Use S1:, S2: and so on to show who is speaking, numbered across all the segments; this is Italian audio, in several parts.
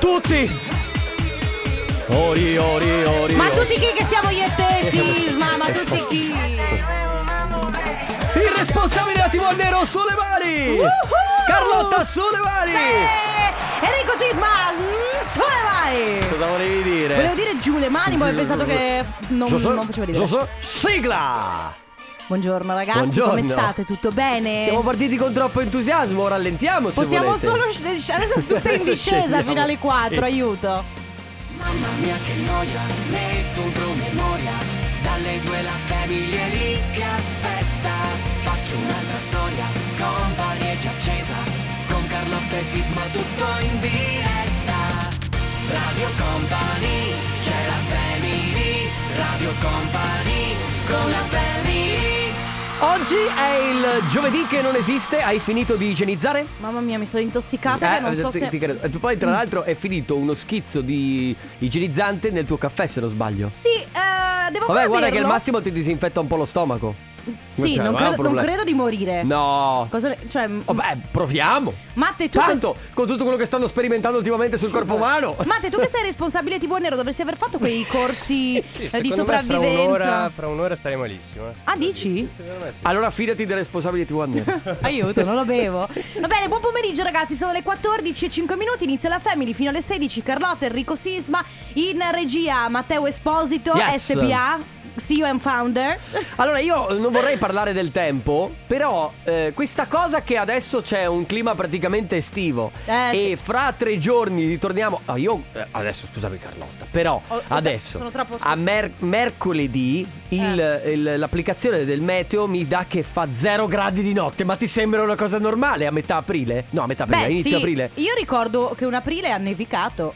S1: tutti! Ori, ori, ori.
S2: Ma
S1: ori.
S2: tutti chi che siamo io e te, Sisma, ma tutti chi?
S1: Esatto. Il responsabile della TV Nero Solevari! Carlotta Solevari!
S2: Eh, Enrico Sisma, mm, sole vai!
S1: Cosa volevi dire?
S2: Volevo dire giù le mani, ma ho pensato che non,
S1: So, so,
S2: non facevo
S1: so,
S2: ridere.
S1: so. Sigla!
S2: Buongiorno ragazzi, come
S1: Buongiorno.
S2: state? Tutto bene?
S1: Siamo partiti con troppo entusiasmo, rallentiamo se
S2: Eh. Possiamo
S1: volete.
S2: solo sc- adesso è tutta in
S1: Adesso Eh.
S2: discesa
S1: scendiamo.
S2: fino alle 4,
S1: Sì.
S2: aiuto.
S3: Mamma mia che noia, metto un promemoria Dalle due la famiglia è lì che aspetta Faccio un'altra storia, company è già accesa Con Carlotta e Sisma tutto in diretta Radio Company, c'è la family Radio Company, con la family
S1: Oggi è il giovedì che non esiste, hai finito di igienizzare?
S2: Mamma mia, mi sono intossicata che
S1: Eh,
S2: non so
S1: ti-
S2: se Mm.
S1: ti credo. E tu Poi tra l'altro è finito uno schizzo di igienizzante nel tuo caffè se non sbaglio
S2: Sì, eh, devo
S1: Vabbè
S2: ancora
S1: guarda che al
S2: berlo?
S1: massimo ti disinfetta un po' lo stomaco
S2: Sì,
S1: Cioè,
S2: non,
S1: è un
S2: credo, non
S1: problema.
S2: credo di morire.
S1: No
S2: Cosa, cioè,
S1: Vabbè proviamo
S2: Matte, tu che-
S1: Tanto con tutto quello che stanno sperimentando ultimamente sul corpo umano
S2: Matte, tu che sei responsabile TV Nero, dovresti aver fatto quei corsi
S4: Sì,
S2: eh,
S4: secondo
S2: di
S4: me
S2: sopravvivenza.
S4: Fra un'ora, fra un'ora starei malissimo. eh.
S2: Ah, dici?
S4: Secondo me sì.
S1: Allora fidati del responsabile TV Nero
S2: Aiuto, non lo bevo. Va bene, buon pomeriggio ragazzi, sono le 14 e 5 minuti, inizia la Family fino alle 16, Carlotta, Enrico Sisma, in regia Matteo Esposito,
S1: Yes.
S2: SPA, CEO and Founder.
S1: Allora io non vorrei parlare del tempo Però eh, questa cosa che adesso c'è un clima praticamente estivo
S2: Eh,
S1: E
S2: sì.
S1: fra tre giorni ritorniamo Ah, Io eh, adesso scusami Carlotta Però
S2: Oh,
S1: adesso
S2: sono troppo- Eh.
S1: a mer- mercoledì il- il- l'applicazione del meteo mi dà che fa 0 gradi di notte Ma ti sembra una cosa normale a metà aprile? No a metà aprile, a inizio
S2: sì,
S1: aprile
S2: io ricordo che un aprile ha nevicato.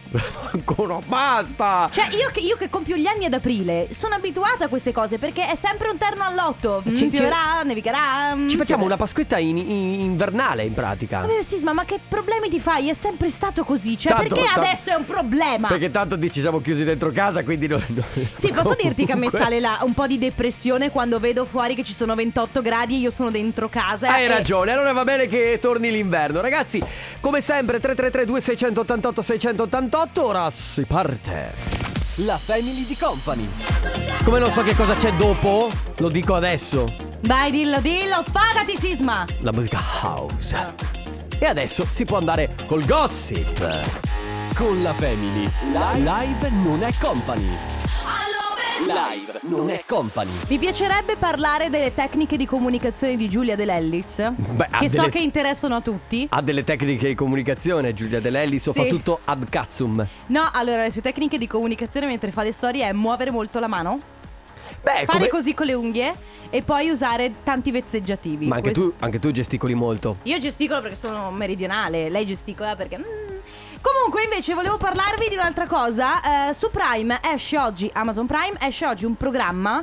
S1: Ancora basta
S2: Cioè, io che, io che compio gli anni ad aprile sono abituata a queste cose perché è sempre un terno all'otto. Mm,
S1: Ci- ci-
S2: pioverà, nevicherà. mm.
S1: Ci facciamo una pasquetta in- in- invernale in pratica
S2: Vabbè, Eh, Sisma, ma che problemi ti fai? È sempre stato così. Cioè,
S1: Tanto-
S2: perché
S1: tanto-
S2: adesso è un problema?
S1: Perché tanto dici siamo chiusi dentro casa, quindi noi.
S2: Sì, posso dirti che a me
S1: Comunque-
S2: sale là un po' di depressione quando vedo fuori che ci sono 28 gradi e io sono dentro casa.
S1: Hai
S2: E-
S1: ragione, allora va bene che torni l'inverno. Ragazzi, come sempre 3332 688 688, ora si parte. La family di company. Siccome non so che cosa c'è dopo, lo dico adesso.
S2: Vai, dillo, dillo, sfagati, Sisma.
S1: La musica house. E adesso si può andare col gossip.
S5: Con la Family. Live non è company. Live non è company.
S2: Vi piacerebbe parlare delle tecniche di comunicazione di Giulia Dell'Ellis?
S1: Beh, ha
S2: che so
S1: delle- Ah.
S2: che interessano a tutti.
S1: Ha delle tecniche di comunicazione Giulia Delelli, soprattutto ad cazzum.
S2: No, allora, le sue tecniche di comunicazione mentre fa le storie è muovere molto la mano,
S1: Beh,
S2: fare
S1: come-
S2: così con le unghie e poi usare tanti vezzeggiativi.
S1: Ma anche
S2: Que-
S1: tu, anche tu gesticoli molto.
S2: Io gesticolo perché sono meridionale, lei gesticola perché... mm. Comunque invece volevo parlarvi di un'altra cosa, Eh, su Prime esce oggi, Amazon Prime esce oggi un programma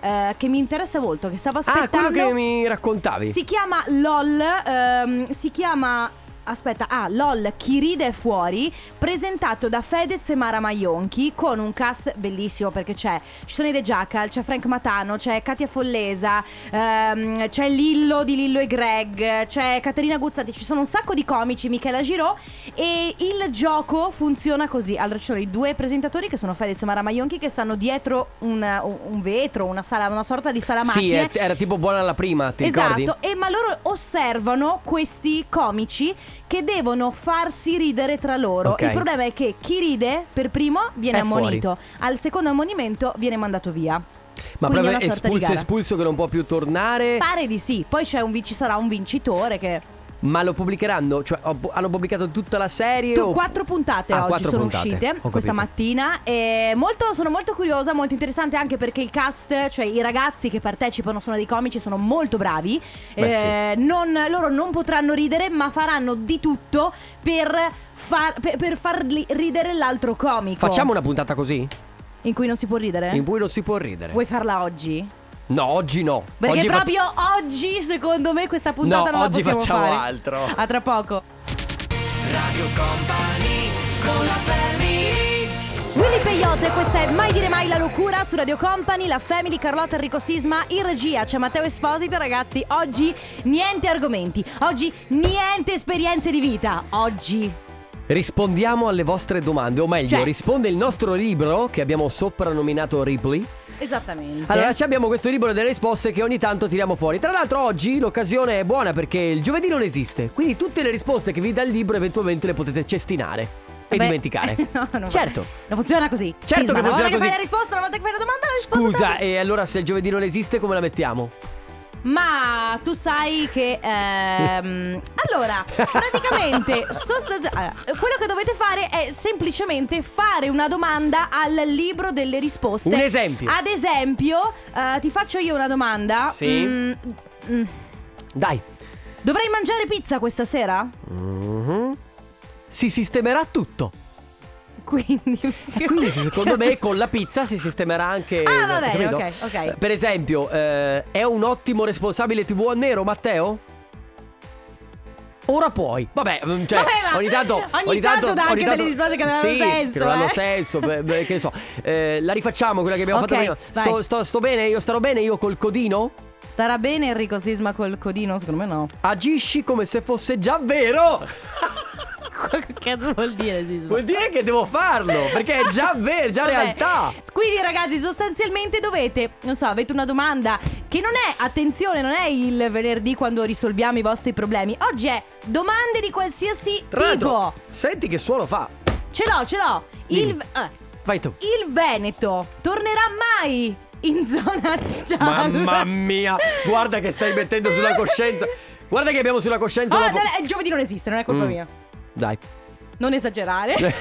S2: eh, che mi interessa molto, che stavo
S1: Mhm. Ah,
S2: aspettando.
S1: quello che mi raccontavi.
S2: Si chiama LOL, ehm, si chiama... Aspetta, ah, LOL Chi ride è fuori, presentato da Fedez e Mara Maionchi con un cast bellissimo perché c'è, ci sono i De Jackal, c'è Frank Matano, c'è Katia Follesa, ehm, c'è Lillo di Lillo e Greg, c'è Caterina Guzzati, ci sono un sacco di comici, Michela Girò e il gioco funziona così. Allora ci sono i due presentatori che sono Fedez e Mara Maionchi che stanno dietro un, un vetro, una, sala, una sorta di sala
S1: Sì,
S2: macchine
S1: eh, era tipo buona la prima, ti
S2: esatto,
S1: ricordi?
S2: e ma loro osservano questi comici che devono farsi ridere tra loro.
S1: Ok.
S2: Il problema è che chi ride per primo viene
S1: È
S2: ammonito, al secondo ammonimento viene mandato via.
S1: Ma
S2: Quindi è
S1: proprio
S2: una sorta di
S1: espulso,
S2: gara.
S1: espulso che non può più tornare.
S2: Pare di sì, poi c'è un, vi- ci sarà un vincitore che...
S1: Ma lo pubblicheranno? Cioè, ho- hanno pubblicato tutta la serie?
S2: Tu,
S1: o-
S2: quattro puntate
S1: Ah,
S2: oggi
S1: quattro
S2: sono
S1: puntate.
S2: uscite
S1: Ho capito.
S2: questa mattina e molto, sono molto curiosa, molto interessante anche perché il cast, cioè i ragazzi che partecipano sono dei comici, sono molto bravi. Eh,
S1: Beh,
S2: non- loro non potranno ridere ma faranno di tutto per, far, per, per farli ridere l'altro comico.
S1: Facciamo una puntata così?
S2: In cui non si può ridere?
S1: In cui non si può ridere.
S2: Eh? Vuoi farla oggi?
S1: No, oggi no.
S2: Perché
S1: oggi fa-
S2: proprio oggi secondo me questa puntata
S1: No,
S2: non
S1: oggi
S2: la possiamo
S1: facciamo
S2: fare.
S1: altro.
S2: A tra poco.
S3: Radio Company, con la family
S2: Willy Peyote, questa è Mai dire mai la locura su Radio Company, la Family, Carlotta Enrico Sisma, in regia c'è Matteo Esposito, ragazzi, oggi niente argomenti, oggi niente esperienze di vita, oggi
S1: rispondiamo alle vostre domande, o meglio,
S2: Cioè-
S1: risponde il nostro libro che abbiamo soprannominato Ripley.
S2: Esattamente.
S1: Allora, ci abbiamo questo libro delle risposte che ogni tanto tiriamo fuori. Tra l'altro, oggi l'occasione è buona perché il giovedì non esiste. Quindi tutte le risposte che vi dà il libro eventualmente le potete cestinare e
S2: Beh,
S1: dimenticare.
S2: no, no,
S1: certo.
S2: Non funziona così.
S1: Certo
S2: Sisma,
S1: che
S2: una
S1: funziona
S2: volta che fai
S1: così.
S2: la risposta, una volta che fai la domanda, la risposta.
S1: Scusa, eh. e allora se il giovedì non esiste, come la mettiamo?
S2: Ma tu sai che. ehm, allora, praticamente, sostanzia- allora, quello che dovete fare è semplicemente fare una domanda al libro delle risposte.
S1: Un esempio.
S2: Ad esempio, eh, ti faccio io una domanda.
S1: Sì.
S2: Mm, mm,
S1: Dai.
S2: dovrei mangiare pizza questa sera?
S1: Mhm. Si sistemerà tutto.
S2: Quindi.
S1: E Eh, quindi se- secondo me con la pizza si sistemerà anche...
S2: Ah, va bene,
S1: capito?
S2: ok, ok.
S1: Eh, Per esempio, eh, è un ottimo responsabile TV a nero, Matteo? Ora puoi. Vabbè, mm, cioè,
S2: Vabbè, ma
S1: ogni tanto...
S2: ogni tanto dà anche delle risposte che non hanno
S1: sì,
S2: senso,
S1: Che non hanno
S2: eh.
S1: senso, beh, beh, che ne so. Eh, la rifacciamo quella che abbiamo
S2: Ok,
S1: fatto prima.
S2: vai.
S1: Sto, sto- sto bene, io starò bene io col codino?
S2: Starà bene Enrico Sisma col codino? Secondo me no.
S1: Agisci come se fosse già vero.
S2: che cazzo vuol dire Sisma?
S1: Vuol dire che devo farlo, perché è già vero, è già
S2: Vabbè.
S1: realtà.
S2: Quindi ragazzi sostanzialmente dovete, non so, avete una domanda che non è, attenzione, non è il venerdì quando risolviamo i vostri problemi. Oggi è domande di qualsiasi
S1: Tra l'altro,
S2: tipo.
S1: senti che suono fa.
S2: Ce l'ho, ce l'ho. Il,
S1: Dimmi.
S2: eh,
S1: Vai tu.
S2: il Veneto tornerà mai in zona gialla?
S1: Mamma mia, guarda che stai mettendo sulla coscienza. Guarda che abbiamo sulla coscienza.
S2: Oh,
S1: dopo-
S2: no, no, il giovedì non esiste, non è colpa
S1: Mm.
S2: mia.
S1: Dai.
S2: Non esagerare. Vabbè,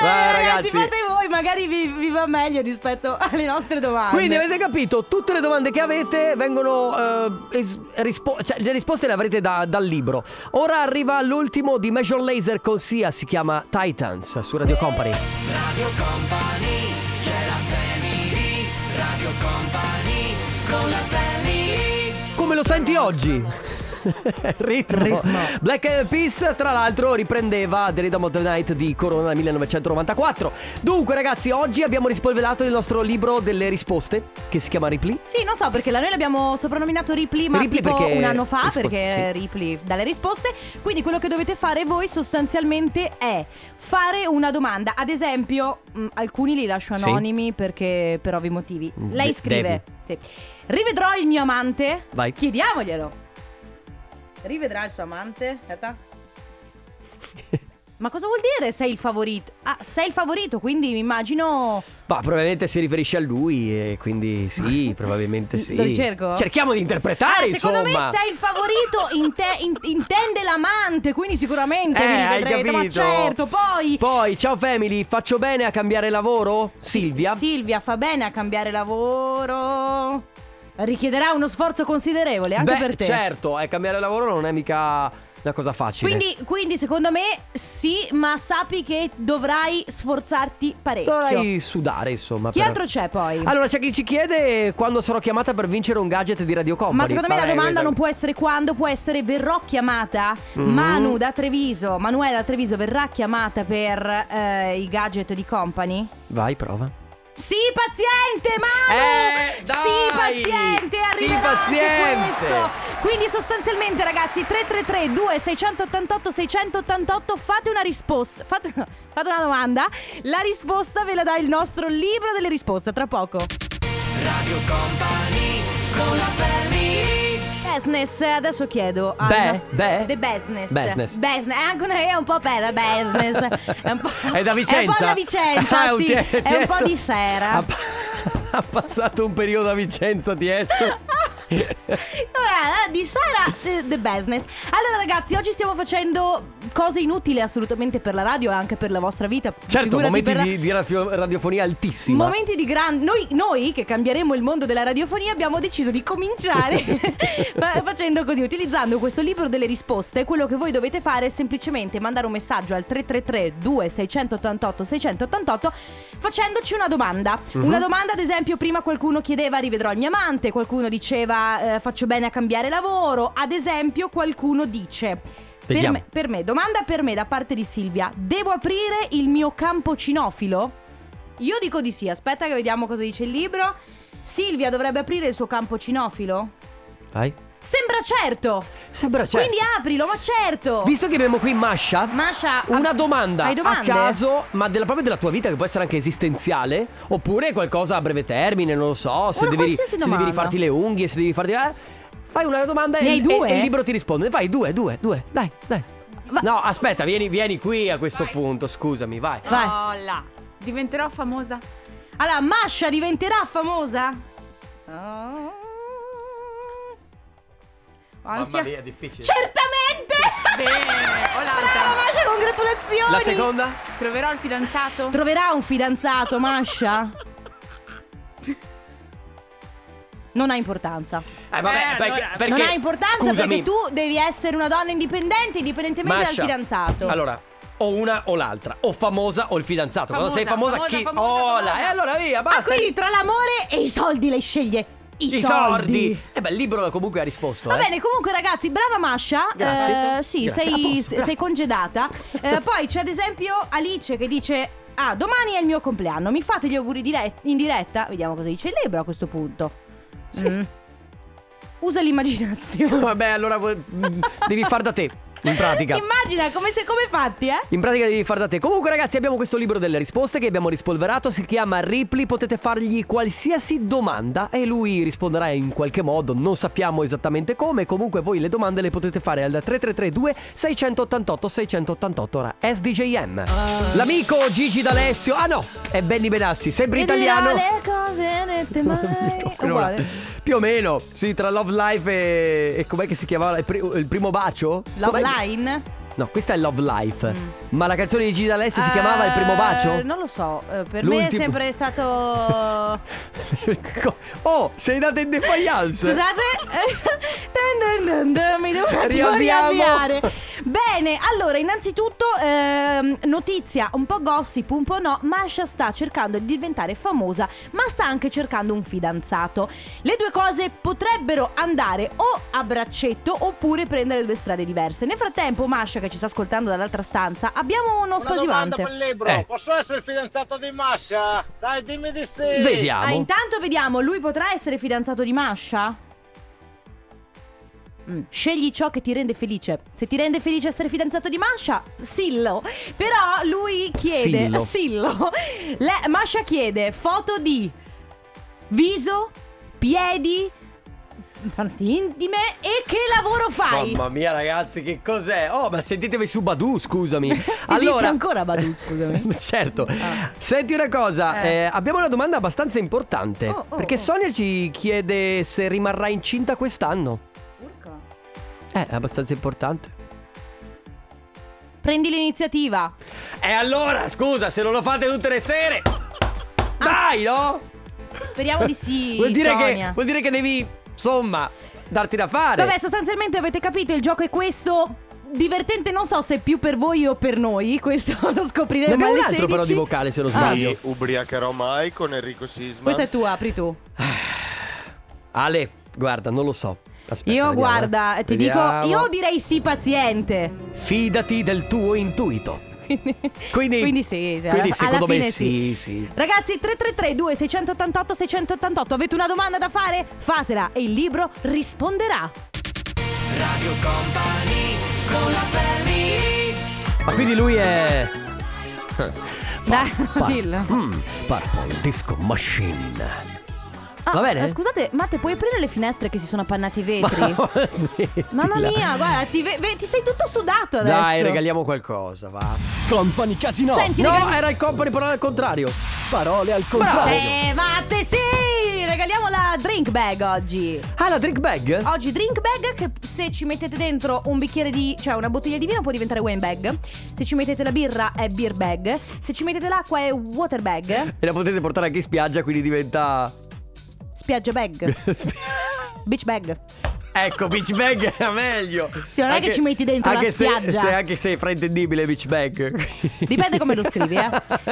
S1: Vai, ragazzi.
S2: ragazzi, fate voi, magari vi, vi va meglio rispetto alle nostre domande.
S1: Quindi avete capito, tutte le domande che avete vengono eh, es- rispo- cioè, le risposte le avrete da- dal libro. Ora arriva l'ultimo di Major Laser con Sia, si chiama Titans su Radio Company.
S3: Radio Company, c'è la family, Radio Company, con la family.
S1: Come lo senti oggi? Ritmo. Black Eyed Peas tra l'altro riprendeva The Rhythm of the Night di Corona nel 1994 Dunque ragazzi oggi abbiamo rispolverato il nostro libro delle risposte Che si chiama Ripley
S2: Sì, non so perché la- noi l'abbiamo soprannominato Ripley, ma
S1: Ripley
S2: tipo
S1: perché-
S2: un anno fa
S1: risposte,
S2: perché Ripley dalle risposte. Quindi quello che dovete fare voi sostanzialmente è fare una domanda. Ad esempio, mh, alcuni li lascio
S1: Sì.
S2: anonimi perché per ovvi motivi.
S1: Mm,
S2: Lei
S1: de-
S2: scrive: sì. Rivedrò il mio amante?
S1: Vai.
S2: Chiediamoglielo. Rivedrà il suo amante? Aspetta. Ma cosa vuol dire sei il favorito? Ah, sei il favorito, quindi mi immagino.
S1: Ma probabilmente si riferisce a lui e quindi sì, probabilmente sì
S2: Lo ricerco?
S1: Cerchiamo di interpretare
S2: Ah, secondo
S1: insomma
S2: me sei il favorito inte- in- intende l'amante, quindi sicuramente
S1: Eh,
S2: mi
S1: hai
S2: vedrete,
S1: capito
S2: ma certo, poi
S1: Poi, ciao family, faccio bene a cambiare lavoro? Silvia
S2: Silvia fa bene a cambiare lavoro. Richiederà uno sforzo considerevole anche
S1: Beh,
S2: per te.
S1: certo, eh, cambiare lavoro non è mica una cosa facile
S2: Quindi, quindi secondo me sì, ma sappi che dovrai sforzarti parecchio.
S1: Dovrai Ah, sudare, insomma.
S2: Chi
S1: per-
S2: altro c'è poi?
S1: Allora, c'è chi ci chiede quando sarò chiamata per vincere un gadget di Radio Company.
S2: Ma secondo me la
S1: Pare-
S2: domanda non può essere quando, può essere verrò chiamata.
S1: Mm-hmm.
S2: Manu da Treviso, Manuela da Treviso verrà chiamata per eh, i gadget di company?
S1: Vai, prova.
S2: Sì, paziente, Manu!
S1: Eh, dai!
S2: Sì, paziente,
S1: Sì,
S2: arriverà
S1: paziente!
S2: anche questo! Quindi sostanzialmente, ragazzi, 333 2688 688 fate una risposta, fate, fate una domanda, la risposta ve la dà il nostro libro delle risposte, tra poco.
S3: Radio Company, con la family.
S2: Business, adesso chiedo a
S1: Beh, beh.
S2: The business.
S1: Business.
S2: Business. È anche una è un po' bella business. È, un po',
S1: È da Vicenza.
S2: È un po' da Vicenza,
S1: Ah,
S2: sì.
S1: tie-
S2: è un po'
S1: Tiesto.
S2: di sera.
S1: Ha, pa- ha passato un periodo a Vicenza, Tiesto.
S2: Allora, di Sara eh, The Business. Allora, ragazzi, oggi stiamo facendo cose inutili assolutamente per la radio e anche per la vostra vita.
S1: certo,
S2: Figurati
S1: momenti
S2: per la-
S1: di, di radio- radiofonia altissima.
S2: Momenti di grande. Noi, noi che cambieremo il mondo della radiofonia abbiamo deciso di cominciare fa- facendo così, utilizzando questo libro delle risposte. Quello che voi dovete fare è semplicemente mandare un messaggio al 333-2688-688 facendoci una domanda. Una domanda, ad esempio, prima qualcuno chiedeva rivedrò il mio amante, qualcuno diceva eh, faccio bene a cambiare lavoro, ad esempio qualcuno dice... Per
S1: Vediamo.
S2: me, per me, domanda per me da parte di Silvia, devo aprire il mio campo cinofilo? Io dico di sì, aspetta che vediamo cosa dice il libro. Silvia dovrebbe aprire il suo campo cinofilo?
S1: Vai.
S2: Sembra certo.
S1: Sembra certo.
S2: Quindi aprilo, ma certo.
S1: Visto che abbiamo qui Masha,
S2: Masha,
S1: una
S2: ah,
S1: domanda
S2: hai
S1: a
S2: domande?
S1: caso, ma della, proprio della tua vita, che può essere anche esistenziale, oppure qualcosa a breve termine, non lo so, se,
S2: Una
S1: devi,
S2: qualsiasi
S1: se
S2: domanda.
S1: devi farti le unghie, se devi farti. eh, fai una domanda
S2: Ne
S1: e,
S2: hai
S1: e-
S2: due?
S1: e il libro ti risponde. Vai, due, due, due. Dai, dai.
S2: Ma-
S1: No, aspetta, vieni, vieni qui a questo punto, scusami, vai.
S2: Vai.
S6: Oh là, diventerò famosa.
S2: Allora, Masha diventerà famosa? Ansia.
S4: mia, difficile.
S2: Certamente!
S6: Bene, oh
S2: Brava
S6: l'altra.
S2: Masha, congratulazioni!
S1: La seconda?
S6: Troverò il fidanzato.
S2: Troverà un fidanzato, Masha? Non ha importanza.
S1: Eh, vabbè,
S6: Eh,
S1: perché,
S6: allora-
S1: perché-
S2: non ha importanza
S1: scusami,
S2: perché tu devi essere una donna indipendente, indipendentemente dal
S1: Masha,
S2: fidanzato.
S1: Allora, o una o l'altra, o famosa o il fidanzato. Quando
S6: Famosa,
S1: sei famosa,
S6: famosa,
S1: chi?
S6: famosa,
S1: oh,
S6: famosa.
S1: la- eh, allora via,
S2: ah,
S1: basta.
S2: quindi tra l'amore e i soldi lei sceglie i,
S1: I soldi. Eh beh, il libro comunque ha risposto.
S2: Va
S1: eh.
S2: bene, comunque ragazzi, brava Masha.
S1: Grazie.
S2: Eh, sì,
S1: Grazie.
S2: sei,
S1: A posto,
S2: sei
S1: grazie.
S2: congedata. Eh, poi c'è ad esempio Alice che dice... Ah, domani è il mio compleanno, mi fate gli auguri dire- in diretta? Vediamo cosa dice il libro a questo punto. Mm. Usa l'immaginazione.
S1: Vabbè, allora vuoi- mm, devi far da te, in pratica.
S2: Immagina come, se- come fatti, eh?
S1: In pratica devi far da te. Comunque, ragazzi, abbiamo questo libro delle risposte che abbiamo rispolverato. Si chiama Ripley. Potete fargli qualsiasi domanda e lui risponderà in qualche modo. Non sappiamo esattamente come. Comunque, voi le domande le potete fare al 3332 688 688 ora SDJM. L'amico Gigi D'Alessio. Ah no, è Benny Benassi, sempre
S2: E dirà
S1: italiano.
S2: Le cose dette mai.
S1: Quello là.
S2: Uguale.
S1: Più o meno, sì, tra Love Life e, e com'è che si chiamava? Il, pri- il primo bacio?
S2: Love
S1: Com'è-
S2: Line?
S1: No, questa è Love Life.
S2: Mm.
S1: Ma la canzone di Gigi D'Alessio si chiamava Il primo bacio?
S2: Eh, Non lo so, eh, per me è
S1: L'ultimo.
S2: sempre stato...
S1: Co- oh, sei andata in defiance.
S2: Scusate, Dun dun dun dun, mi devo un attimo
S1: Riavviamo.
S2: riavviare. Bene, allora, innanzitutto, ehm, notizia un po' gossip, un po' no. Masha sta cercando di diventare famosa, ma sta anche cercando un fidanzato. Le due cose potrebbero andare o a braccetto oppure prendere due strade diverse. Nel frattempo, Masha, che ci sta ascoltando dall'altra stanza, abbiamo uno
S7: Una domanda
S2: spasimante.
S7: per il libro.
S1: Eh.
S7: Posso essere il fidanzato di Masha? Dai, dimmi di sì.
S1: Vediamo.
S2: Ah, intanto vediamo, lui potrà essere fidanzato di Masha? Mm, Scegli ciò che ti rende felice. Se ti rende felice essere fidanzato di Masha, sillo. Però lui chiede:
S1: Sillo.
S2: Sillo. Le- Masha chiede foto di viso, piedi, parti intime e che lavoro fai?
S1: Mamma mia, ragazzi, che cos'è? Oh, ma sentitevi su Badu, scusami.
S2: Esiste ancora Badu, scusami.
S1: Certo.
S2: Ah.
S1: Senti una cosa,
S2: Eh.
S1: eh, abbiamo una domanda abbastanza importante.
S2: Oh, oh,
S1: perché
S2: oh.
S1: Sonia ci chiede se rimarrà incinta quest'anno. Eh, è abbastanza importante.
S2: Prendi l'iniziativa.
S1: E allora, scusa, se non lo fate tutte le sere.
S2: Ah.
S1: Dai, no?
S2: Speriamo di sì.
S1: Vuol dire, che,
S2: Sonia.
S1: vuol dire che devi, insomma, darti da fare.
S2: Vabbè, sostanzialmente avete capito, il gioco è questo. Divertente, non so se più per voi o per noi, questo lo
S1: ne
S2: scopriremo
S1: abbiamo
S2: alle
S1: un
S2: 16.
S1: altro però di vocale, se non
S2: Ah.
S1: sbaglio.
S8: Mi ubriacherò mai con Enrico Sisma.
S2: Questa è tua, apri tu.
S1: Ale, guarda, non lo so. Aspetta,
S2: io
S1: vediamo,
S2: guarda,
S1: eh.
S2: ti
S1: Vediamo.
S2: dico, io direi sì paziente.
S1: Fidati del tuo intuito. Quindi,
S2: Quindi sì, alla-
S1: quindi
S2: alla
S1: secondo me
S2: fine
S1: sì, sì.
S2: Ragazzi, 333 2688 688, avete una domanda da fare? Fatela e il libro risponderà.
S1: Ma quindi lui è.
S2: Dai,
S1: Par-
S2: dillo.
S1: Mm, Purple Disco Machine.
S2: Ah,
S1: Va bene?
S2: eh, Scusate, Matte, puoi aprire le finestre che si sono appannati i vetri?
S1: smettila.
S2: Mamma mia, guarda, ti, ve- ve- ti sei tutto sudato adesso.
S1: Dai, regaliamo qualcosa, va.
S5: Company Casino.
S2: Senti,
S1: no,
S2: regali-
S1: era il company, però al contrario.
S5: Parole al contrario.
S2: Sì, vatte, sì! Regaliamo la drink bag oggi.
S1: Ah, la drink bag?
S2: Oggi drink bag che se ci mettete dentro un bicchiere di... cioè una bottiglia di vino può diventare wine bag. Se ci mettete la birra è beer bag. Se ci mettete l'acqua è water bag.
S1: E la potete portare anche in spiaggia, quindi diventa.
S2: Spiaggia bag. Beach bag.
S1: Ecco, beach bag era meglio.
S2: Sì, non è che ci metti dentro la
S1: anche se-
S2: spiaggia.
S1: Se, anche se è fraintendibile beach bag.
S2: Dipende come lo scrivi, eh.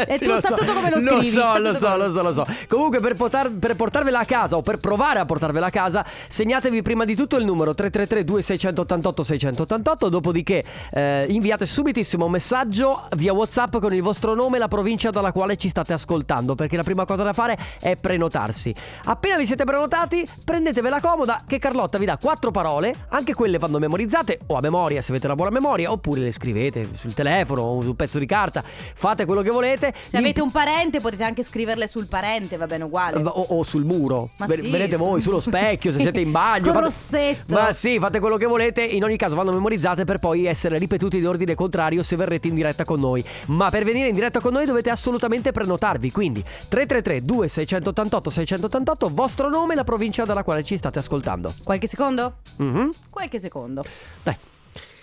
S2: E
S1: Sì,
S2: tu
S1: lo
S2: sa
S1: so.
S2: tutto come lo scrivi. sa
S1: so,
S2: tutto
S1: lo so,
S2: come-
S1: lo so, lo so. Comunque, per, potar- per portarvela a casa o per provare a portarvela a casa, segnatevi prima di tutto il numero 333-2688-688. Dopodiché, eh, inviate subitissimo un messaggio via WhatsApp con il vostro nome e la provincia dalla quale ci state ascoltando. Perché la prima cosa da fare è prenotarsi. Appena vi siete prenotati, prendetevela comoda, che Carlotta vi dà 40 quattro parole, anche quelle vanno memorizzate o a memoria se avete una buona memoria, oppure le scrivete sul telefono o su un pezzo di carta, fate quello che volete.
S2: Se avete un parente potete anche scriverle sul parente, va bene uguale.
S1: o, Ehm, o sul muro,
S2: Ma sì,
S1: vedete
S2: su-
S1: voi, sullo specchio, se siete in bagno.
S2: Con
S1: fate-
S2: rossetto.
S1: Ma sì, fate quello che volete, in ogni caso vanno memorizzate per poi essere ripetute in ordine contrario se verrete in diretta con noi. Ma per venire in diretta con noi dovete assolutamente prenotarvi, quindi 333 2688 688 vostro nome e la provincia dalla quale ci state ascoltando.
S2: Qualche secondo?
S1: Mhm.
S2: Qualche secondo.
S1: Dai.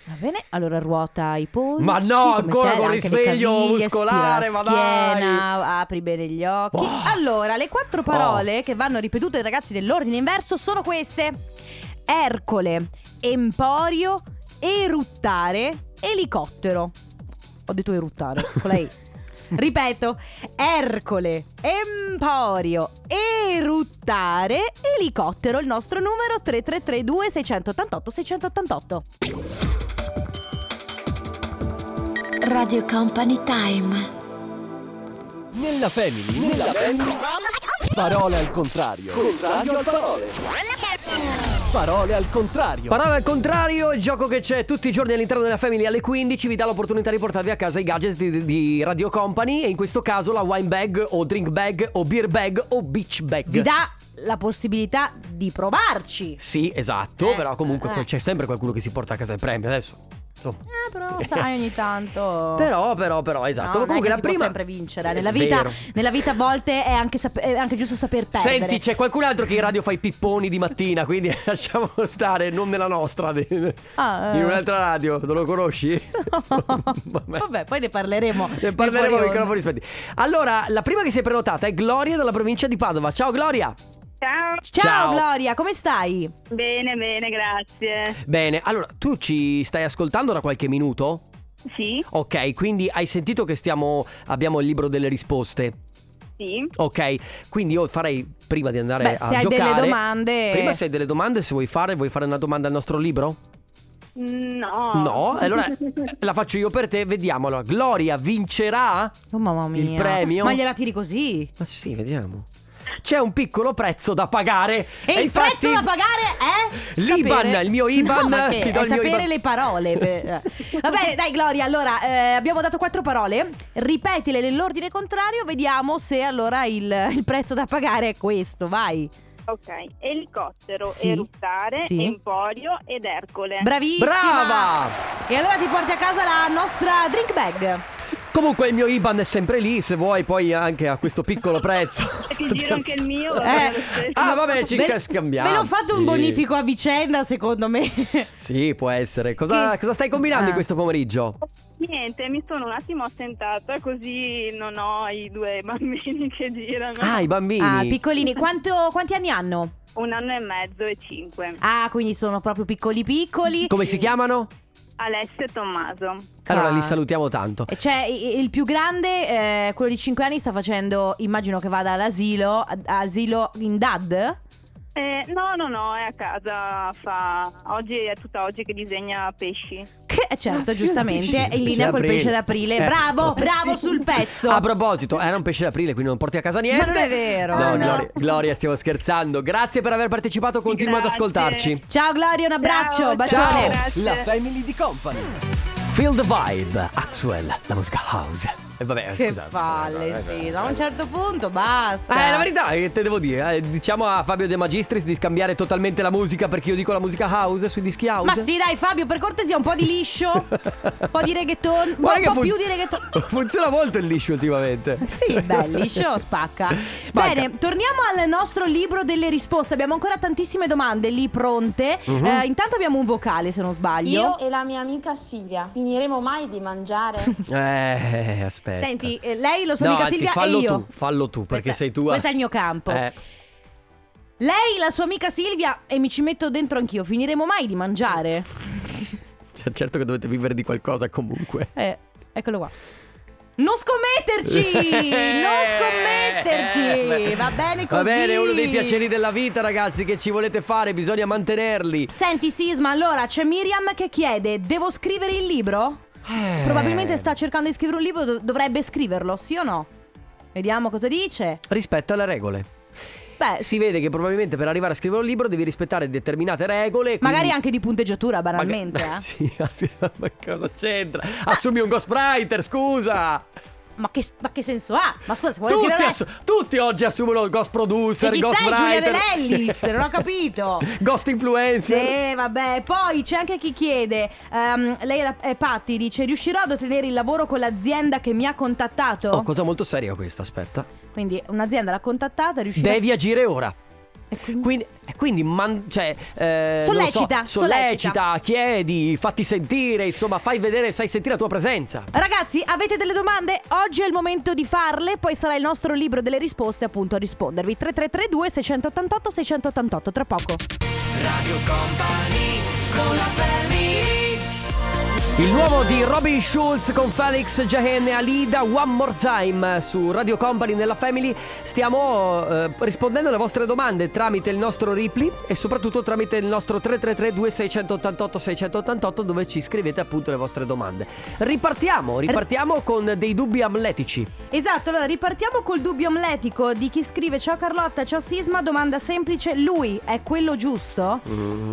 S2: Va bene, allora ruota i polsi.
S1: Ma no, ancora
S2: come stai?
S1: con
S2: Anche le
S1: risveglio
S2: caviglie,
S1: muscolare, ma
S2: stira la schiena, apri bene gli occhi.
S1: Boh.
S2: Allora, le quattro parole che vanno ripetute ragazzi dell'ordine inverso sono queste. Ercole, emporio, eruttare, elicottero. Ho detto eruttare, con lei. Ripeto, Ercole, Emporio, Eruttare, Elicottero, il nostro numero 3332 688 688.
S9: Radio Company Time.
S5: Nella family, nella family. Parole al contrario. Contrario al parole. Parole al contrario.
S1: Parola al contrario, il gioco che c'è tutti i giorni all'interno della Family alle 15 vi dà l'opportunità di portarvi a casa i gadget di, di Radio Company e in questo caso la wine bag o drink bag o beer bag o beach bag.
S2: Vi dà la possibilità di provarci.
S1: Sì, esatto,
S2: Eh,
S1: però comunque
S2: eh.
S1: c'è sempre qualcuno che si porta a casa il premio adesso.
S5: Oh.
S1: insomma.
S2: Eh, però sai ogni tanto.
S1: Però, però, però,
S2: No,
S1: esatto.
S2: dai,
S1: comunque
S2: che
S1: la
S2: si può
S1: prima...
S2: sempre vincere.
S1: È
S2: Nella vita,
S1: vero.
S2: nella vita a volte è anche, sap- è anche giusto saper perdere.
S1: Senti, c'è qualcun altro che in radio fa i pipponi di mattina, quindi lasciamo stare, non nella nostra, di-
S2: Ah, eh.
S1: in un'altra radio, non lo conosci? Vabbè.
S2: Vabbè, poi ne parleremo.
S1: Ne parleremo
S2: fuori
S1: con
S2: onda.
S1: troppo rispetti. Allora, la prima che si è prenotata è Gloria dalla provincia di Padova. Ciao Gloria!
S10: Ciao,
S2: Ciao,
S1: Ciao.
S2: Gloria, come stai?
S10: bene, bene, grazie.
S1: Bene, allora, tu ci stai ascoltando da qualche minuto?
S10: Sì,
S1: Ok, quindi hai sentito che stiamo abbiamo il libro delle risposte.
S10: sì,
S1: Ok, quindi io farei prima di andare
S2: Beh,
S1: a
S2: se hai
S1: giocare
S2: delle domande-
S1: Prima se hai delle domande, se vuoi fare, vuoi fare una domanda al nostro libro?
S10: no.
S1: No, allora la faccio io per te, vediamo. Allora, Gloria vincerà?
S2: Oh, mamma mia.
S1: Il premio?
S2: Ma gliela tiri così?
S1: Ma sì, vediamo. C'è un piccolo prezzo da pagare.
S2: E, il
S1: infatti-
S2: prezzo da pagare è
S1: L'Iban,
S2: sapere-
S1: il mio Iban,
S2: No, ma che-
S1: ti do
S2: è
S1: il mio
S2: sapere
S1: Iban.
S2: le parole. Beh, eh. Va bene, dai Gloria, allora eh, abbiamo dato quattro parole, ripetile nell'ordine contrario, vediamo se allora il, il prezzo da pagare è questo, vai.
S10: Ok, elicottero,
S2: Sì,
S10: eruttare,
S2: sì.
S10: emporio ed Ercole.
S2: Bravissima!
S1: Brava!
S2: E allora ti porti a casa la nostra drink bag.
S1: Comunque il mio IBAN è sempre lì, se vuoi poi anche a questo piccolo prezzo.
S10: E ti giro anche il mio. va
S2: Eh.
S10: bene lo stesso.
S1: Ah, vabbè, ci
S2: Ve-
S1: scambiamo.
S2: Ve l'ho fatto un
S1: Sì.
S2: bonifico a vicenda, secondo me.
S1: Sì, può essere. Cosa,
S2: Che-
S1: cosa stai combinando
S2: Ah.
S1: in questo pomeriggio?
S10: Niente, mi sono un attimo assentata così non ho i due bambini che girano.
S1: Ah, i bambini.
S2: Ah, piccolini, Quanto- quanti anni hanno?
S10: Un anno e mezzo e cinque.
S2: Ah, quindi sono proprio piccoli piccoli.
S1: Come si chiamano?
S10: Alessio e Tommaso.
S1: Allora li
S2: Ah.
S1: salutiamo tanto.
S2: E C'è Cioè, i- il più grande, eh, quello di 5 anni, sta facendo, immagino che vada all'asilo, ad- asilo in DAD.
S10: Eh, no, no, no, è a casa. Fa... Oggi è tutta oggi che disegna pesci.
S2: Che eh, certo,
S1: Ah,
S2: giustamente,
S1: pesce
S2: è in linea col
S1: d'aprile.
S2: pesce d'aprile.
S1: Certo.
S2: Bravo, bravo sul pezzo.
S1: A proposito, era un pesce d'aprile, quindi non porti a casa niente.
S2: Ma non è vero.
S1: No,
S2: Ah, no.
S1: Gloria, Gloria, stiamo scherzando. Grazie per aver partecipato, continua ad
S10: Grazie.
S1: ascoltarci.
S2: Ciao Gloria, un abbraccio,
S10: Ciao,
S2: bacione.
S10: ciao, grazie.
S5: La family di company.
S1: Feel the vibe, Axwell, la musica house. E vabbè,
S2: Che
S1: scusa.
S2: palle, sì, da un certo punto basta.
S1: Eh, la verità che te devo dire, eh, diciamo a Fabio De Magistris di scambiare totalmente la musica perché io dico la musica house sui dischi house.
S2: Ma sì, dai Fabio, per cortesia, un po' di liscio, un po' di reggaeton, un
S1: Guarda che
S2: po'
S1: fun-
S2: più di reggaeton.
S1: Funziona molto il liscio ultimamente.
S2: Sì, beh, liscio spacca.
S1: Spacca.
S2: Bene, torniamo al nostro libro delle risposte. Abbiamo ancora tantissime domande lì pronte.
S1: Mhm.
S2: Eh, intanto abbiamo un vocale, se non sbaglio. Eh,
S11: Io e la mia amica Silvia finiremo mai di mangiare?
S1: Eh, aspetta.
S2: Senti, eh, lei, la sua
S1: No,
S2: amica
S1: anzi,
S2: Silvia
S1: fallo
S2: e io.
S1: tu, fallo tu, perché
S2: Questa-
S1: sei tu a-
S2: Questo è il mio campo.
S1: Eh,
S2: Lei, la sua amica Silvia, e mi ci metto dentro anch'io, finiremo mai di mangiare?
S1: cioè, certo che dovete vivere di qualcosa comunque.
S2: Eh, eccolo qua. Non scommetterci! non scommetterci! Va bene così.
S1: Eh. Va bene, è uno dei piaceri della vita, ragazzi, che ci volete fare, bisogna mantenerli.
S2: Senti Sisma, allora c'è Miriam che chiede, devo scrivere il libro?
S1: Eh.
S2: Probabilmente sta cercando di scrivere un libro, dov- dovrebbe scriverlo, sì o no? Vediamo cosa dice.
S1: Rispetto alle regole.
S2: Beh,
S1: si vede che probabilmente per arrivare a scrivere un libro devi rispettare determinate regole.
S2: Magari
S1: quindi-
S2: anche di punteggiatura, banalmente.
S1: Maga-
S2: eh.
S1: Sì, sì, ma cosa c'entra? Assumi un ghostwriter, scusa!
S2: Ma, che, ma che senso ha? Ma scusa, se vuole
S1: Tutti,
S2: scrivere.
S1: assu- tutti oggi assumono il ghost
S2: Se
S1: producer,
S2: chi
S1: il
S2: sei Giulia
S1: ghostwriter.
S2: De Lellis? Non ho capito.
S1: Ghost influencer.
S2: Sì, vabbè. Poi c'è anche chi chiede. ehm, lei è, la- è Patti, dice: Riuscirò ad ottenere il lavoro con l'azienda che mi ha contattato?
S1: Oh, cosa molto seria questa, aspetta.
S2: Quindi un'azienda l'ha contattata, riuscirà.
S1: Devi agire ora.
S2: E quindi-
S1: Quindi, e quindi man- cioè, eh, non so,
S2: Sollecita, sollecita.
S1: sollecita, chiedi, fatti sentire, insomma, fai vedere, fai sentire la tua presenza.
S2: Ragazzi, avete delle domande? Oggi è il momento di farle, poi sarà il nostro libro delle risposte appunto a rispondervi. 3332 688 688 tra poco.
S1: Il nuovo di Robin Schulz con Felix Jahen e Alida One More Time su Radio Company nella Family. Stiamo eh, rispondendo alle vostre domande tramite il nostro replay e soprattutto tramite il nostro 333 2688 688 dove ci scrivete appunto le vostre domande. Ripartiamo, ripartiamo con dei dubbi amletici.
S2: Esatto, allora ripartiamo col dubbio amletico di chi scrive Ciao Carlotta, ciao Sisma, domanda semplice, lui è quello giusto?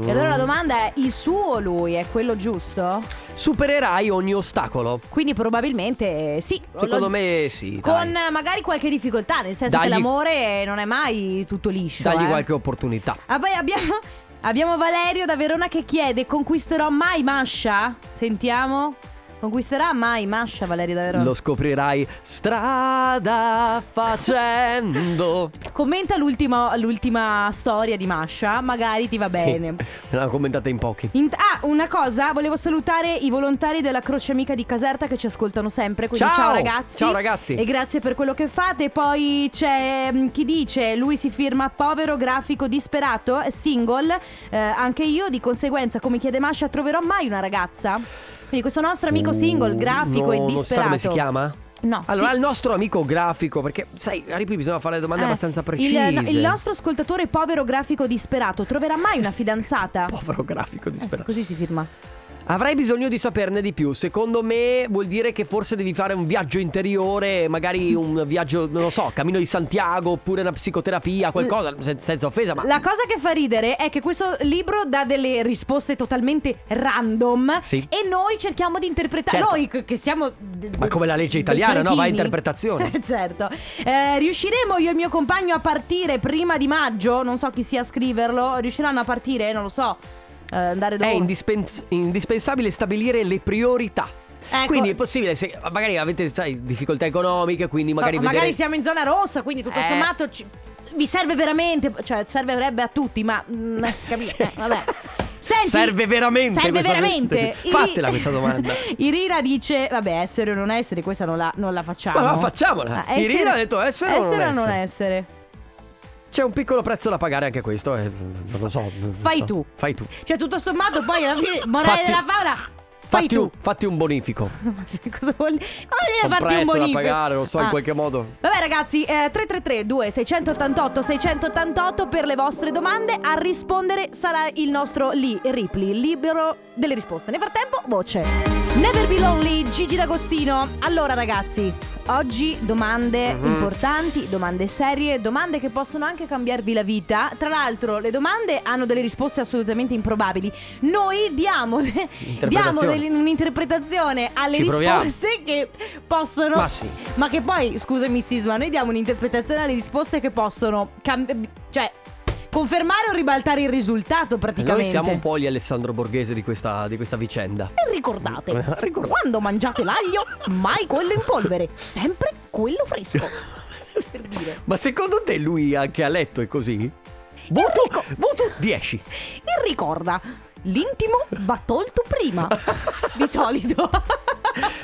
S2: E allora la domanda è il suo lui è quello giusto?
S1: Supererai ogni ostacolo.
S2: Quindi probabilmente eh, sì.
S1: Secondo
S2: Lo-
S1: me sì.
S2: Con
S1: dai.
S2: eh, magari qualche difficoltà, nel senso che
S1: Dagli-
S2: l'amore non è mai tutto liscio.
S1: Daggli
S2: eh.
S1: qualche opportunità.
S2: Ah beh, abbiamo, abbiamo Valerio da Verona che chiede Conquisterò mai Masha? Sentiamo Conquisterà mai Masha Valerio da Verona?
S1: Lo scoprirai strada facendo.
S2: Commenta l'ultima, l'ultima storia di Masha Magari ti va bene
S1: Sì, l'hanno commentata in pochi.
S2: In- ah, una cosa, volevo salutare i volontari della Croce Amica di Caserta che ci ascoltano sempre. Quindi ciao,
S1: Ciao!
S2: ragazzi.
S1: Ciao, ragazzi.
S2: E grazie per quello che fate. Poi c'è mm, chi dice: lui si firma povero, grafico, disperato, è single. Eh, anche io, di conseguenza, come chiede Masha, troverò mai una ragazza? Quindi questo nostro amico single, grafico
S1: Mm, No,
S2: e
S1: Non so
S2: disperato.
S1: come si chiama?
S2: No,
S1: Allora,
S2: sì.
S1: il nostro amico grafico, perché sai, a Ripley bisogna fare le domande
S2: Eh,
S1: abbastanza
S2: il-
S1: precise.
S2: no, Il, nostro ascoltatore povero grafico disperato troverà mai una fidanzata?
S1: povero grafico
S2: Eh sì,
S1: disperato.
S2: così si firma.
S1: Avrai bisogno di saperne di più. Secondo me vuol dire che forse devi fare un viaggio interiore, magari un viaggio, non lo so, cammino di Santiago oppure una psicoterapia, qualcosa,
S2: Mm.
S1: sen- senza offesa, ma
S2: La cosa che fa ridere è che questo libro dà delle risposte totalmente random
S1: Sì.
S2: e noi cerchiamo di interpretare.
S1: Certo.
S2: Noi che che siamo. d-
S1: Ma
S2: d-
S1: come la legge
S2: dei
S1: italiana, no? Va a
S2: cretini.
S1: interpretazione.
S2: certo. Eh, riusciremo io e il mio compagno a partire prima di maggio? Non so chi sia a scriverlo. Riusciranno a partire? Non lo so. Eh, andare
S1: È
S2: dove?
S1: indispen- indispensabile stabilire le priorità.
S2: Ecco.
S1: Quindi è possibile, se magari avete sai, difficoltà economiche, quindi
S2: Ma-
S1: magari vedere...
S2: siamo in zona rossa, quindi tutto
S1: Eh.
S2: sommato. ci- Vi serve veramente, cioè servirebbe a tutti, ma mm, capito?
S1: Sì.
S2: Eh, vabbè. Senti,
S1: Serve veramente
S2: Serve
S1: questa-
S2: veramente.
S1: Fatela questa domanda.
S2: Irina dice: Vabbè, essere o non essere, questa non la, non la facciamo.
S1: Ma va, facciamola.
S2: Ah,
S1: Irina ha detto essere o non
S2: o non essere.
S1: C'è un piccolo prezzo da pagare anche questo, eh, non lo so. non lo
S2: Fai
S1: so.
S2: tu.
S1: Fai tu.
S2: Cioè, tutto sommato, poi alla fine, morale
S1: Fatti-
S2: della favola, fai
S1: Fatti,
S2: tu.
S1: Un, fatti un bonifico.
S2: Ma se- Cosa vuol dire?
S1: Un
S2: Come dire farti un
S1: prezzo da
S2: bonifico? Ah.
S1: pagare, lo so, in qualche modo.
S2: Vabbè ragazzi, eh, 333 2688 688 per le vostre domande a rispondere sarà il nostro Lee Ripley, libero delle risposte. Nel frattempo, voce. Never be lonely, Gigi D'Agostino. Allora ragazzi, oggi domande
S1: Mhm.
S2: importanti, domande serie, domande che possono anche cambiarvi la vita. Tra l'altro, le domande hanno delle risposte assolutamente improbabili. Noi diamo, diamo
S1: Interpretazione.
S2: delle- un'interpretazione alle
S1: Ci proviamo.
S2: risposte che possono
S1: Ma sì.
S2: ma che poi, scusami Sisma, noi diamo un'interpretazione alle risposte che possono cam- cioè confermare o ribaltare il risultato praticamente.
S1: Noi siamo un po' gli Alessandro Borghese di questa, di questa vicenda.
S2: E ricordate,
S1: Ricordate.
S2: quando mangiate l'aglio, mai quello in polvere, sempre quello fresco. Per dire.
S1: Ma secondo te lui anche a letto è così?
S2: Ecco.
S1: Voto, voto 10.
S2: E ricorda, l'intimo va tolto prima, di solito.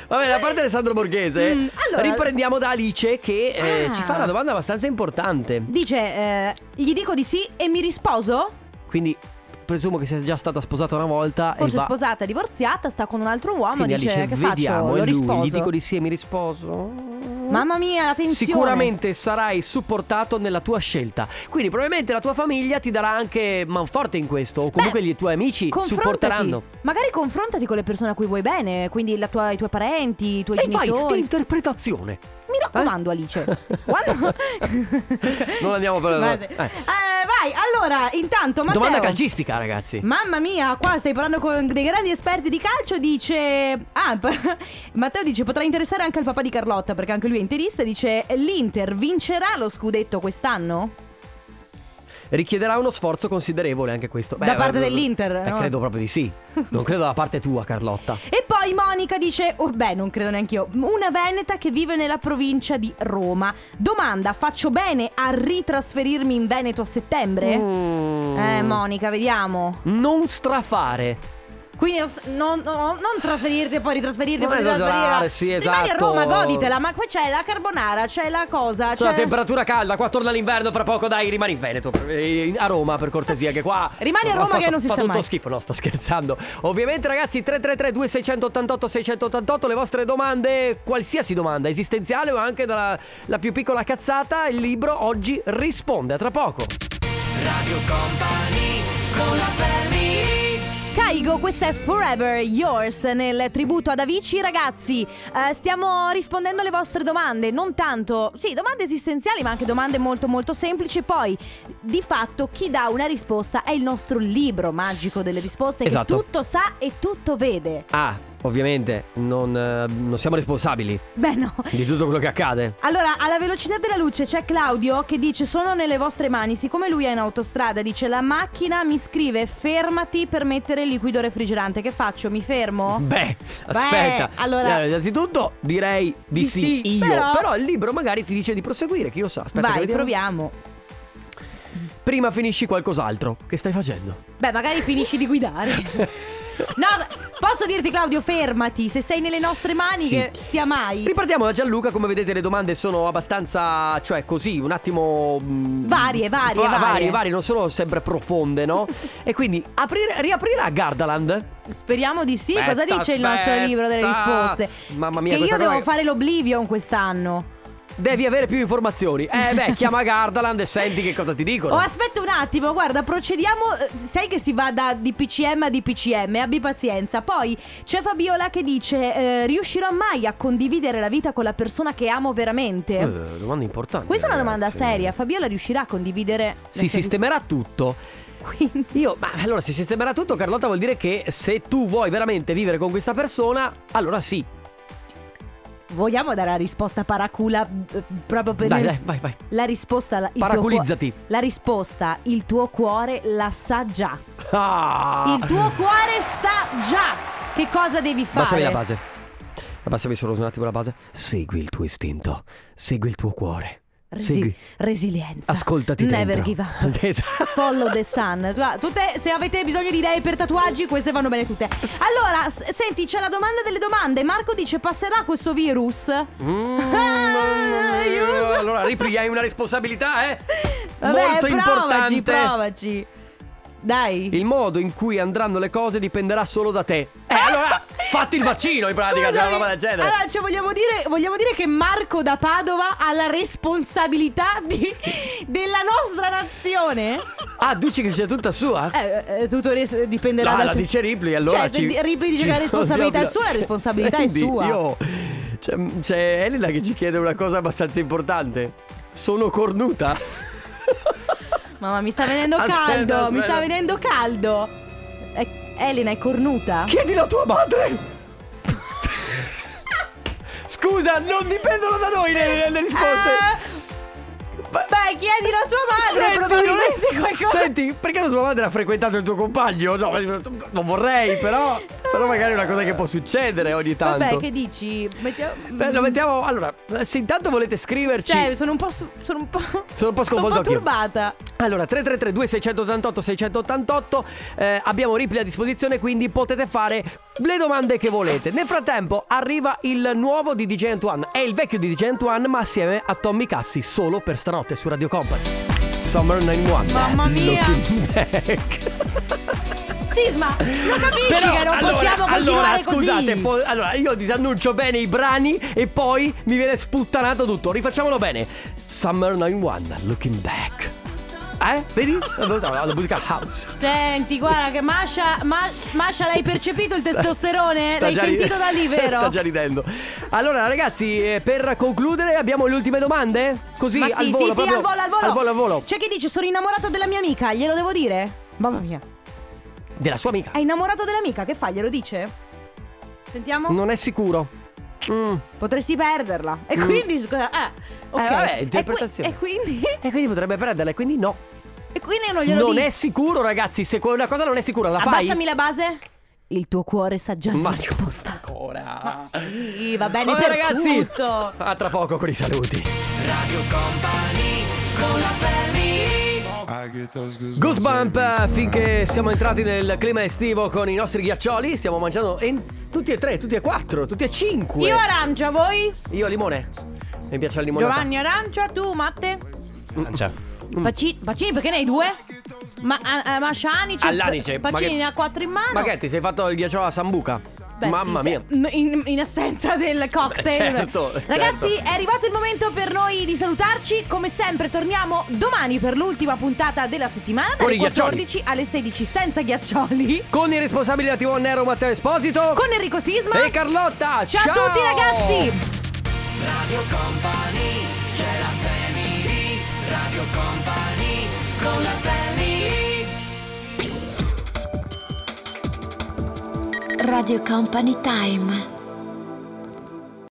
S1: Va bene, a parte Alessandro Borghese,
S2: Mm, allora-
S1: riprendiamo da Alice che eh,
S2: Ah.
S1: ci fa una domanda abbastanza importante.
S2: Dice, eh, gli dico di sì e mi risposo?
S1: Quindi presumo che sia già stata sposata una volta.
S2: Forse
S1: e va...
S2: sposata, divorziata, sta con un altro uomo,
S1: Quindi
S2: dice
S1: Alice,
S2: che
S1: vediamo,
S2: faccio? Lo
S1: e lui,
S2: risposo.
S1: Gli dico di sì e mi risposo.
S2: Mamma mia, la tensione.
S1: Sicuramente sarai supportato nella tua scelta. Quindi probabilmente la tua famiglia ti darà anche manforte in questo. O comunque
S2: Beh,
S1: i tuoi amici
S2: Confrontati.
S1: supporteranno.
S2: Magari confrontati con le persone a cui vuoi bene, quindi la tua- i tuoi parenti, i tuoi
S1: E vai,
S2: genitori.
S1: interpretazione.
S2: Mi, ra- raccomando, Alice. Quando-
S1: Non andiamo per la...
S2: Base.
S1: Eh.
S2: Eh, vai, allora, intanto Matteo.
S1: Domanda calcistica, ragazzi.
S2: Mamma mia, qua stai parlando con dei grandi esperti di calcio. Dice. Ah, p- Matteo dice: potrà interessare anche al papà di Carlotta, perché anche lui è interista. Dice: L'Inter vincerà lo scudetto quest'anno?
S1: Richiederà uno sforzo considerevole anche questo.
S2: Da parte dell'Inter,
S1: eh,
S2: no?
S1: Credo proprio di sì. Non credo da parte tua, Carlotta.
S2: E poi Monica dice: Oh, beh, non credo neanche io. Una veneta che vive nella provincia di Roma. Domanda: faccio bene a ritrasferirmi in Veneto a settembre?
S1: Mm.
S2: Eh, Monica, vediamo.
S1: Non strafare.
S2: Quindi non s- non, non- non trasferirti e poi ritrasferirti e
S1: Non
S2: poi
S1: esagerare,
S2: ritrasferirti.
S1: sì,
S2: Rimani a
S1: esatto.
S2: Roma, goditela, ma qua c'è la carbonara, c'è la cosa.
S1: C'è una
S2: Ah, c'è-
S1: temperatura calda, qua torna l'inverno fra poco, dai, rimani in Veneto. eh, A Roma, per cortesia, che qua.
S2: Rimani a
S1: Ho
S2: Roma
S1: fatto-
S2: che non si
S1: fa
S2: sa
S1: tutto
S2: mai.
S1: schifo, no, sto scherzando. Ovviamente, ragazzi, 333-2688-688, le vostre domande, qualsiasi domanda, esistenziale o anche dalla la più piccola cazzata, il libro oggi risponde. A tra poco.
S2: Caigo, questo è Forever Yours nel tributo ad Avicii. Ragazzi, eh, stiamo rispondendo alle vostre domande, non tanto, sì, domande esistenziali, ma anche domande molto molto semplici. Poi, di fatto, chi dà una risposta è il nostro libro magico delle risposte
S1: Esatto.
S2: che tutto sa e tutto vede.
S1: Ah, ovviamente, non, eh, non siamo responsabili
S2: Beh no.
S1: di tutto quello che accade.
S2: Allora, alla velocità della luce c'è Claudio che dice sono nelle vostre mani, siccome lui è in autostrada, dice la macchina mi scrive fermati per mettere il liquido refrigerante, che faccio? Mi fermo?
S1: Beh, aspetta.
S2: allora-
S1: Eh, innanzitutto direi di,
S2: Di
S1: sì,
S2: sì,
S1: io.
S2: però-
S1: Però... il libro magari ti dice di proseguire, chi lo sa. Aspetta, che
S2: Vai,
S1: vediamo.
S2: proviamo.
S1: Prima finisci qualcos'altro. Che stai facendo?
S2: Beh, magari finisci di guidare. No, posso dirti Claudio, fermati, se sei nelle nostre mani
S1: Sì.
S2: che sia mai.
S1: Ripartiamo da Gianluca, come vedete le domande sono abbastanza, cioè così, un attimo... mh,
S2: Varie, varie,
S1: va-
S2: varie.
S1: varie, varie, non sono sempre profonde, no? e quindi aprire, riaprirà Gardaland?
S2: Speriamo di sì. Cosa
S1: Aspetta,
S2: dice il nostro
S1: aspetta.
S2: libro delle risposte?
S1: Mamma mia,
S2: che io
S1: questa
S2: devo
S1: cosa che-
S2: fare l'oblivion quest'anno.
S1: Devi avere più informazioni. Eh beh, chiama Gardaland e senti che cosa ti dicono.
S2: Oh, aspetta un attimo, guarda, procediamo. eh, Sai che si va da DPCM a DPCM, abbi pazienza. Poi c'è Fabiola che dice: eh, Riuscirò mai a condividere la vita con la persona che amo veramente?
S1: Eh, domanda importante.
S2: Questa è una domanda
S1: ragazzi.
S2: seria. Fabiola riuscirà a condividere.
S1: Si sistemerà tutto. Io, ma allora si sistemerà tutto, Carlotta vuol dire che se tu vuoi veramente vivere con questa persona, allora sì.
S2: Vogliamo dare la risposta paracula eh, proprio per
S1: Dai, dai, vai, vai.
S2: la risposta la- il tuo
S1: Paraculizzati.
S2: cuo- la risposta, il tuo cuore la sa già.
S1: Ah!
S2: Il tuo cuore sta già. Che cosa devi fare?
S1: Abbassami la base. Abbassami solo un attimo la base. Segui il tuo istinto. Segui il tuo cuore.
S2: Resi-
S1: Segui.
S2: resilienza.
S1: Ascoltati
S2: Never
S1: dentro.
S2: give up.
S1: Esatto.
S2: Follow the sun. Guarda, Tutte, se avete bisogno di idee per tatuaggi, queste vanno bene tutte. Allora, s- senti, c'è la domanda delle domande. Marco dice: passerà questo virus?
S1: Mm,
S2: aiuto.
S1: allora, Ripri, hai una responsabilità, eh?
S2: Vabbè,
S1: Molto
S2: provaci,
S1: importante.
S2: provaci. Dai.
S1: Il modo in cui andranno le cose dipenderà solo da te. Eh, allora, fatti il vaccino in pratica, se è una
S2: Scusami.
S1: roba del genere.
S2: Allora, cioè, vogliamo dire, vogliamo dire che Marco da Padova ha la responsabilità di- della nostra nazione?
S1: Ah, dici che sia tutta sua?
S2: Eh, eh, tutto res- dipenderà
S1: Ah,
S2: da
S1: la
S2: tu-
S1: dice Ripley, allora
S2: Cioè, se
S1: ci-
S2: di- Ripley dice
S1: ci-
S2: che la responsabilità è
S1: Oddio,
S2: sua, la
S1: se-
S2: responsabilità
S1: senti,
S2: è sua.
S1: Io... C'è, c'è Elena che ci chiede una cosa abbastanza importante. Sono cornuta?
S2: Mamma, mi sta venendo caldo,
S1: Aspetta,
S2: mi
S1: aspetta.
S2: sta venendo caldo. Eh, Elena è cornuta?
S1: Chiedilo a tua madre! Scusa, non dipendono da noi le, le- le risposte!
S2: Eh, Beh, chiedilo a tua madre,
S1: Senti,
S2: probabilmente
S1: non è-
S2: qualcosa.
S1: Senti, perché tua madre ha frequentato il tuo compagno? No, non vorrei, però. Però magari è una cosa che può succedere ogni tanto.
S2: Vabbè, che dici? Mettiamo...
S1: Beh, lo mettiamo. Allora, se intanto volete scriverci.
S2: Cioè, sono un po'. su- Sono un po'.
S1: Sono un po'
S2: Sono un
S1: sconvolto
S2: po'
S1: anch'io.
S2: turbata.
S1: Allora, 333 688 688 eh, abbiamo Ripley a disposizione, quindi potete fare le domande che volete. Nel frattempo arriva il nuovo di DJ Antoine. È il vecchio di DJ Antoine, ma assieme a Tommy Cassi, solo per stanotte su Radio Company. Summer 91.
S2: Mamma mia.
S1: Looking back.
S2: Sisma, lo capisci
S1: Però,
S2: che non possiamo
S1: allora,
S2: continuare
S1: scusate,
S2: così.
S1: po- allora io disannuncio bene i brani e poi mi viene sputtanato tutto. Rifacciamolo bene. Summer 91, looking back. Eh? Vedi? La musica house.
S12: Senti, guarda che Masha, Ma- Masha l'hai percepito il testosterone?
S1: Sta
S12: l'hai
S1: già
S12: sentito
S1: ride-
S12: da lì, vero?
S1: Sta già ridendo. Allora, ragazzi, eh, per concludere, abbiamo le ultime domande? Così
S2: Ma
S1: al
S2: sì,
S1: volo,
S2: sì, sì,
S1: proprio-
S2: al volo, al volo.
S1: Al volo, al volo.
S2: C'è chi dice sono innamorato della mia amica, glielo devo dire? Mamma mia.
S1: Della sua amica.
S2: È innamorato dell'amica, che fa? Glielo dice? Sentiamo.
S1: Non è sicuro. Mm.
S2: Potresti perderla. E
S1: Mm.
S2: quindi scusa, eh, ok.
S1: Eh, vabbè,
S2: E qui-
S1: interpretazione.
S2: E, quindi
S1: E quindi potrebbe perderla, e quindi no.
S2: e quindi io non glielo
S1: non
S2: dico.
S1: è sicuro, ragazzi. Se una cosa non è sicura, la fai.
S2: Abbassami la base. Il tuo cuore sa già
S1: Ma
S2: la risposta.
S1: Ancora.
S2: Sì, va bene
S1: Vabbè,
S2: per
S1: ragazzi.
S2: tutto.
S1: A tra poco con i saluti. Goosebump eh, finché siamo entrati nel clima estivo con i nostri ghiaccioli. Stiamo mangiando en- tutti e tre, tutti e quattro, tutti e cinque.
S12: Io arancia, voi?
S1: Io limone. Mi piace il limone.
S12: Giovanni arancia, tu Matte?
S1: Mm.
S12: Paci- Pacini perché ne hai due? Ma a- a- Masha anice?
S1: All'anice, ma
S12: Pacini
S1: che-
S12: ne ha quattro in mano.
S1: Ma che ti sei fatto il ghiacciolo a sambuca?
S12: Beh,
S1: Mamma
S12: sì,
S1: mia.
S12: se- In, in assenza del cocktail.
S1: Certo,
S12: Ragazzi,
S1: certo.
S12: è arrivato il momento per noi di salutarci. Come sempre, torniamo domani per l'ultima puntata della settimana.
S1: Con
S12: Dalle
S1: i ghiaccioli.
S12: 14 alle 16, senza ghiaccioli.
S1: Con i responsabili della TV Nero Matteo Esposito.
S12: Con Enrico Sisma.
S1: E Carlotta.
S12: Ciao a tutti, ragazzi.
S3: Radio Company, c'è la family, Radio Company, con la family.
S9: Radio Company Time.